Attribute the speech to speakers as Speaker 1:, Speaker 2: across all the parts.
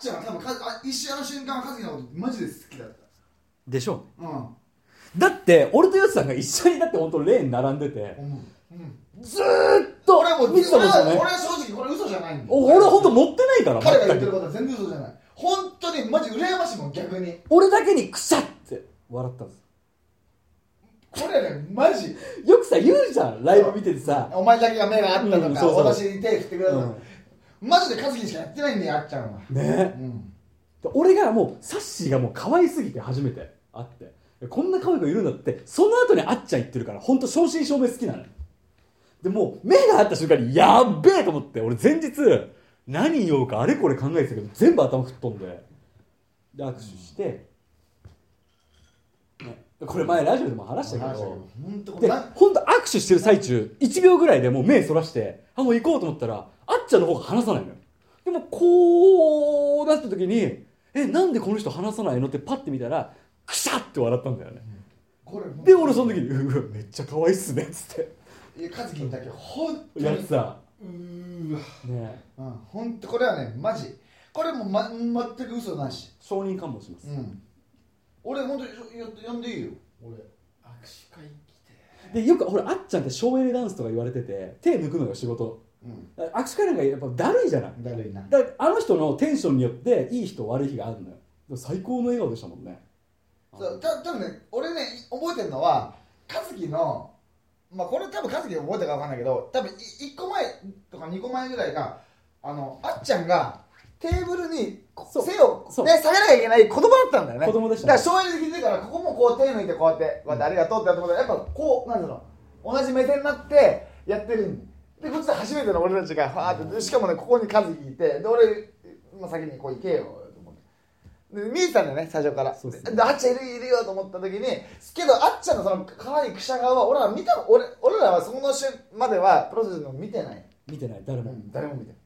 Speaker 1: ちゃんは多分かあ一瞬あの瞬間和樹のことマジで好きだっ
Speaker 2: でしょう
Speaker 1: た
Speaker 2: ね
Speaker 1: うん思
Speaker 2: だって俺とヨシさんが一緒にだって本当レーン並んでて
Speaker 1: う、うん、
Speaker 2: ずーっと
Speaker 1: 俺はもう
Speaker 2: 見てたもん
Speaker 1: 俺
Speaker 2: で
Speaker 1: は
Speaker 2: すよね
Speaker 1: 俺は正直これ嘘じゃないんだよ
Speaker 2: お俺は本当持ってないから
Speaker 1: 彼が言
Speaker 2: 全
Speaker 1: ってる
Speaker 2: く
Speaker 1: ことは全然嘘じゃない本当にマジ羨ましいもん逆に
Speaker 2: 俺だけにクシャって笑ったんです
Speaker 1: これねマジ
Speaker 2: よくさ言うじゃんライブ見ててさ
Speaker 1: お前だけが目があったとか、
Speaker 2: うんそうそう
Speaker 1: 私に手振ってくれたとか、マジで和樹しかやってないんだよあっちゃんは
Speaker 2: ね
Speaker 1: うん
Speaker 2: で俺がもうサッシーがもう可愛すぎて初めて会ってこんな可愛い子いるんだってその後にあっちゃん言ってるから本当正真正銘好きなのよでもう目が合った瞬間にやっべえと思って俺前日何言おうかあれこれ考えてたけど全部頭吹っ飛んでで握手して、ね、これ前ラジオでも話したけ
Speaker 1: 話したけ
Speaker 2: ど
Speaker 1: ど本当これ
Speaker 2: で
Speaker 1: な
Speaker 2: 本当握手してる最中1秒ぐらいでもう目そらしてあもう行こうと思ったらあっちゃんの方が話さないのよでもこうなった時にえなんでこの人話さないのってパッて見たらクシャって笑ったんだよね
Speaker 1: これ
Speaker 2: で俺その時に「うわめっちゃ可愛いっすね」っつって
Speaker 1: いや和樹にだけ本当に
Speaker 2: やってた
Speaker 1: うーわ
Speaker 2: ね
Speaker 1: うん本当これはねマジこれも、ま、全く嘘なし
Speaker 2: 承認喚問します
Speaker 1: うん俺本当によ呼んでいいよ俺
Speaker 3: 手会来て
Speaker 2: でよくほらあっちゃんって省エネダンスとか言われてて手抜くのが仕事
Speaker 1: うん
Speaker 2: 握手会なんかやっぱだるいじゃない
Speaker 1: だるいな
Speaker 2: だあの人のテンションによっていい日と悪い日があるのよでも最高の笑顔でしたもんね
Speaker 1: そうた多分ね俺ね覚えてるのは和樹のまあこれ多分和樹が覚えたかわかんないけど多分い1個前とか2個前ぐらいがあのあっちゃんがテーブルにこ
Speaker 2: そう
Speaker 1: 背を
Speaker 2: そう
Speaker 1: ね、下げなきゃいけない子供だったんだよね
Speaker 2: 子供でしたね
Speaker 1: だから省エネで聞いてからここもこう手抜いてこうやってこうやってありがとうってやってもらったらやっぱこうなんだろうの同じ目線になってやってるんでこっちで初めての俺たちがファーってしかもねここに和樹いてで俺、まあ、先にこう行けよと思ってで見えてたんだよね最初から
Speaker 2: そうそう
Speaker 1: であっちゃんいるいるよと思った時にけどあっちゃんのその可愛いクシャ顔は俺ら見た俺俺らはその瞬まではプロセスの見てない、
Speaker 2: 見てない誰
Speaker 1: う
Speaker 2: も、
Speaker 1: ん、誰も見てない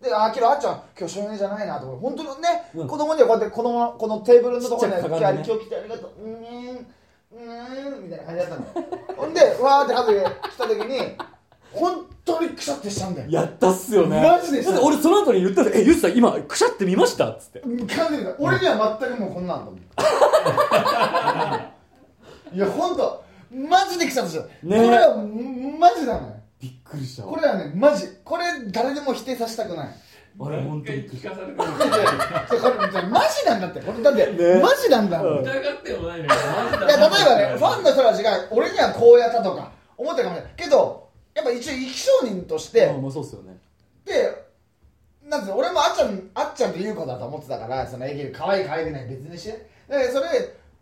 Speaker 1: であけどあっちゃん今日少年じゃないなと思って本当にね、
Speaker 2: うん
Speaker 1: 子供にはこうやって子供のこのテーブルのところに
Speaker 2: ちっちゃく
Speaker 1: 今
Speaker 2: か
Speaker 1: 日
Speaker 2: かるね
Speaker 1: 今日来てありがとううーんうーんみたいな感じだったの ほんでわーって後で来た時に本当にクシャってしたんだよ
Speaker 2: やったっすよね
Speaker 1: マジでした
Speaker 2: だって俺その後に言ったんですえユスさん今くしゃって見ました?」っつって
Speaker 1: 完全に俺には全くもうこんなん と思ういやほんとマジで来ちゃったじゃん、
Speaker 2: ね
Speaker 1: これはんマジだね
Speaker 2: びっくりした
Speaker 1: これはねマジこれ誰でも否定させたくない
Speaker 2: あれ本当にびっくり
Speaker 3: 聞
Speaker 2: した
Speaker 3: かされても
Speaker 1: いやいやいやこれじゃあマジなんだってこれだって、
Speaker 2: ね
Speaker 1: マジなんだもん、
Speaker 2: うん
Speaker 1: いや
Speaker 3: 疑ってもないのにマジだ
Speaker 1: 例えばねファンの人たちが俺にはこうやったとか思ってるかもしれないけどやっぱ一応生き証人として、
Speaker 2: あまあそうっすよね
Speaker 1: でなんていうの俺もあっちゃんあっちゃんと優子だと思ってたからその演技可愛い可愛くない別にしてでそれ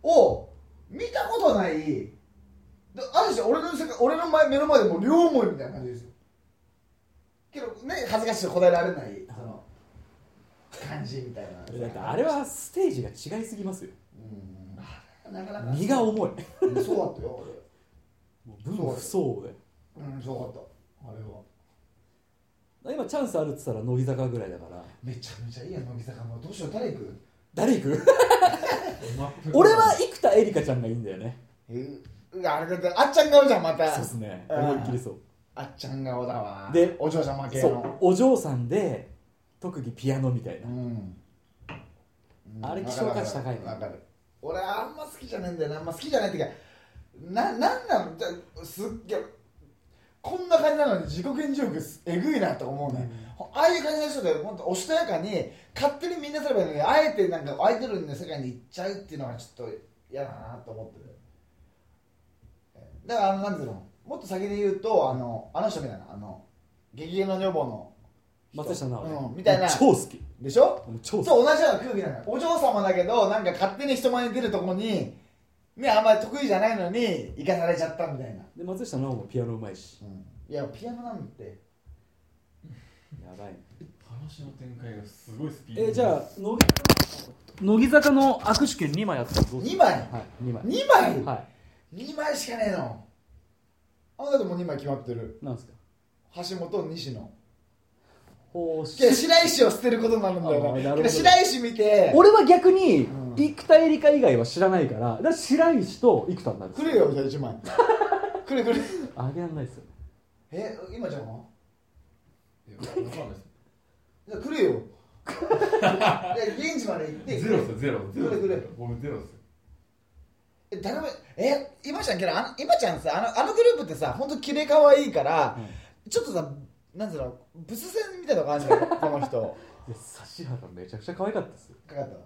Speaker 1: を見たことないである種俺の世界俺の前目の前でもう両思いみたいな感じですよけどね恥ずかしくて答えられないその感じみたいな
Speaker 2: だってあれはステージが違いすぎますよ
Speaker 1: うんあれはなかなか
Speaker 2: 身が重い
Speaker 1: そうだったよ
Speaker 2: もう分不相応で
Speaker 1: 俺うんそうだったあれは
Speaker 2: 今チャンスあるっつったら乃木坂ぐらいだから
Speaker 1: めちゃめちゃいいや乃木坂もうどうしよう誰行く
Speaker 2: 誰 行く
Speaker 3: フ
Speaker 2: 俺は生田絵梨花ちゃんがいいんだよね
Speaker 1: えーあれだってあっちゃん顔じゃんまた
Speaker 2: そうっすね
Speaker 1: うん
Speaker 2: 思いっきりそう
Speaker 1: あっちゃん顔だわ
Speaker 2: で
Speaker 1: お嬢様系
Speaker 2: そ
Speaker 1: の
Speaker 2: うお嬢さんで特技ピアノみたいな、
Speaker 1: ん
Speaker 2: あれ希少価値高いね
Speaker 1: わかるわかる俺あんま好きじゃねえんだよなあんま好きじゃないっていうかななんなのじゃすっげえこんな感じなのに自己顕示欲すえぐいなと思うね、ああいう感じの人で本当おしとやかに勝手にみんなすればいいのにあえてなんかアイドルの世界に行っちゃうっていうのはちょっと嫌だなと思ってるだからあのなんていうのもっと先で言うとあのあの人みたいなあの激変の女房の人
Speaker 2: 松下奈緒ね、
Speaker 1: うんみたいな
Speaker 2: 超好き
Speaker 1: でしょ
Speaker 2: もう超好き
Speaker 1: そう同じような空気なのよお嬢様だけどなんか勝手に人前に出るとこにねあんまり得意じゃないのに行かされちゃったみたいな、
Speaker 2: で松下奈緒もピアノうまいし
Speaker 1: いやピアノなんて
Speaker 2: やばいね
Speaker 3: 話の展開がすごいスピード
Speaker 2: えーじゃあ乃木乃木坂の握手券2枚あったらどうす
Speaker 1: 2
Speaker 2: る
Speaker 1: 枚
Speaker 2: はい2枚
Speaker 1: 2枚、
Speaker 2: は
Speaker 1: 二2枚しかねえのあなたともう2枚決まってる
Speaker 2: いなんですか
Speaker 1: 橋本西野
Speaker 2: ほう
Speaker 1: いや白石を捨てることになるんだ
Speaker 2: あ
Speaker 1: よ
Speaker 2: ーな
Speaker 1: な
Speaker 2: るほど
Speaker 1: けど白石見て
Speaker 2: 俺は逆に
Speaker 1: うん
Speaker 2: 生田絵梨花以外は知らないからだから白石と生田になるんです
Speaker 1: くれよじゃあ1枚くれくれ
Speaker 2: あげらんないですよね
Speaker 1: え今じゃん
Speaker 3: いやわかんないです
Speaker 1: じゃあくれよや現地まで行って
Speaker 3: ゼロっすよゼロゼロっすよ
Speaker 1: グレグレ
Speaker 3: 僕ゼロっすよ
Speaker 1: え誰もえ今ちゃんけどあの今ちゃんさあのあのグループってさ本当キレ可愛いから、ちょっとさなんつうのブス戦みたいな感じだよこの人
Speaker 2: いや指原めちゃくちゃ可愛かったですよ
Speaker 1: かかったの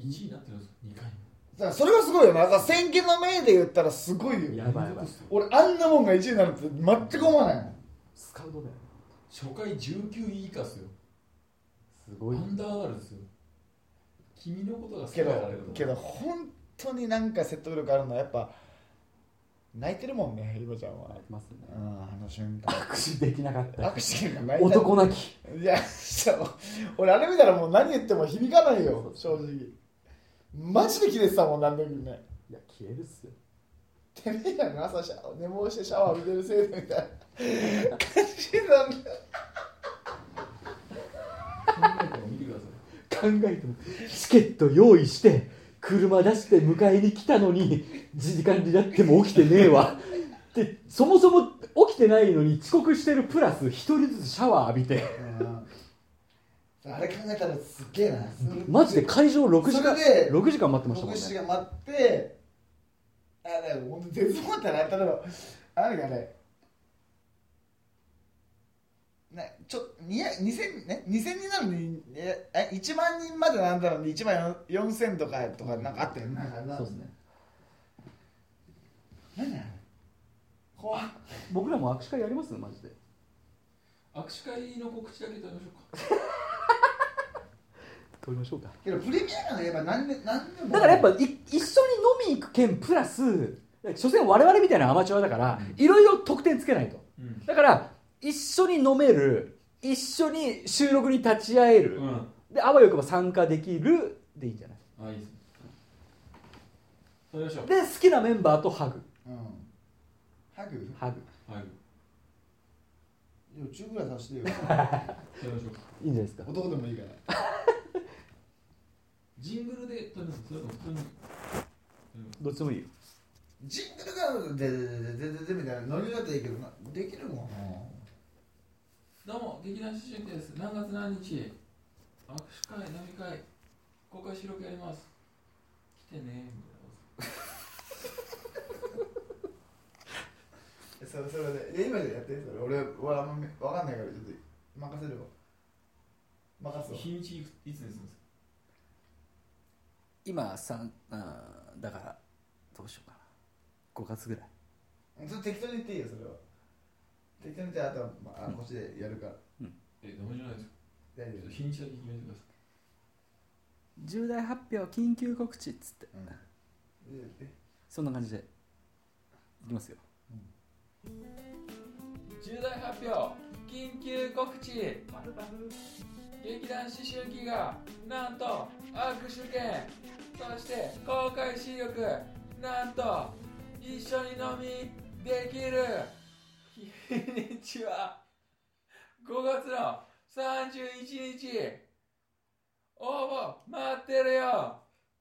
Speaker 3: 1位になってるんですよ2回も
Speaker 1: だからそれがすごいよなだから先見の明で言ったらすごいよ
Speaker 2: やばいやばい
Speaker 1: 俺あんなもんが1位になるって全く思わないもん
Speaker 2: スカウトだよ
Speaker 3: 初回19位以下っすよ
Speaker 2: す
Speaker 3: ア
Speaker 2: ごい
Speaker 3: ンダーガールっすよ君のことが好き
Speaker 1: け
Speaker 3: だか
Speaker 1: ど
Speaker 3: らだ
Speaker 1: けど本当になんか説得力あるのはやっぱ泣いてるもんね今ちゃんは
Speaker 2: やってますね
Speaker 1: うんあの瞬間
Speaker 2: 握手できなかった
Speaker 1: 握手が泣いた
Speaker 2: 男泣き
Speaker 1: いやそう俺あれ見たらもう何言っても響かないよ正
Speaker 2: そ
Speaker 1: 直マジでキレてたもんなんだけどね
Speaker 2: いや消えるっすよ
Speaker 1: てめえらの朝シャワー寝坊してシャワー浴びてるせいでみた いな感じなんだよ
Speaker 3: 考えても見てください
Speaker 2: 考えてもチケット用意して車出して迎えに来たのに時間になっても起きてねえわでそもそも起きてないのに遅刻してるプラス一人ずつシャワー浴びて
Speaker 1: うんあれ考えたらすっげえな
Speaker 2: マジで会場6時間
Speaker 1: それで
Speaker 2: 6時間待ってましたもん
Speaker 1: 牧師
Speaker 2: ね
Speaker 1: が待ってあだから本当絶望だな例えばあれがねなちょにや2000ね2000人なのにええ1万人までなんだろうに1万4000とかとかなんかあったよねなんかな
Speaker 2: そうですね
Speaker 1: なんだよ怖っ
Speaker 2: 僕らも握手会やりますマジで
Speaker 3: 握手会の告知だけ食べましょうか
Speaker 2: 撮りましょうか
Speaker 1: けどプレミア感がやっぱ何で何でも
Speaker 2: だからやっぱい一緒に飲み行く件プラス所詮我々みたいなアマチュアだからいろいろ得点つけないと
Speaker 3: うん
Speaker 2: だから一緒に飲める一緒に収録に立ち会える、であわよくば参加できるでいいんじゃない
Speaker 3: うんあいいですね食べましょ
Speaker 2: で好きなメンバーとハグ
Speaker 1: うんハグ
Speaker 2: ハグ
Speaker 3: うはい
Speaker 1: いや中ぐらいさしてよ
Speaker 3: 食べましょうか
Speaker 2: いいんじゃないですか
Speaker 1: 男でもいいから
Speaker 3: ジングルで撮りますそれとも普通に
Speaker 2: どっちでもいいよ
Speaker 1: ジングルがででででででみたいなノリだったらいいけどなできるもん
Speaker 3: どうも劇団主人です何月何日握手会飲み会公開収録やります来てねみ
Speaker 1: それそれでえ今でやってそれ俺俺あんま分かんないからちょっと任せるわ任
Speaker 3: たい
Speaker 1: す
Speaker 3: な
Speaker 1: わ
Speaker 3: 日にちいくいつにするんですか
Speaker 2: 今三あだからどうしようかな5月ぐらい
Speaker 1: それ適当に言っていいよそれは適当に言ってあとは、まあ、あのこっちでやるから
Speaker 3: えダメじゃないですか
Speaker 1: 大
Speaker 3: ち
Speaker 1: 丈
Speaker 3: ょっ
Speaker 1: 夫
Speaker 3: と日にちだけ決めてくださ
Speaker 2: 重大発表緊急告知っつって
Speaker 1: うんえ
Speaker 2: そんな感じでいきますよ
Speaker 3: い重大発表緊急告知劇団思春期がなんと握手券そして公開視力なんと一緒に飲みできる 日にちは5月の31日応募待ってるよ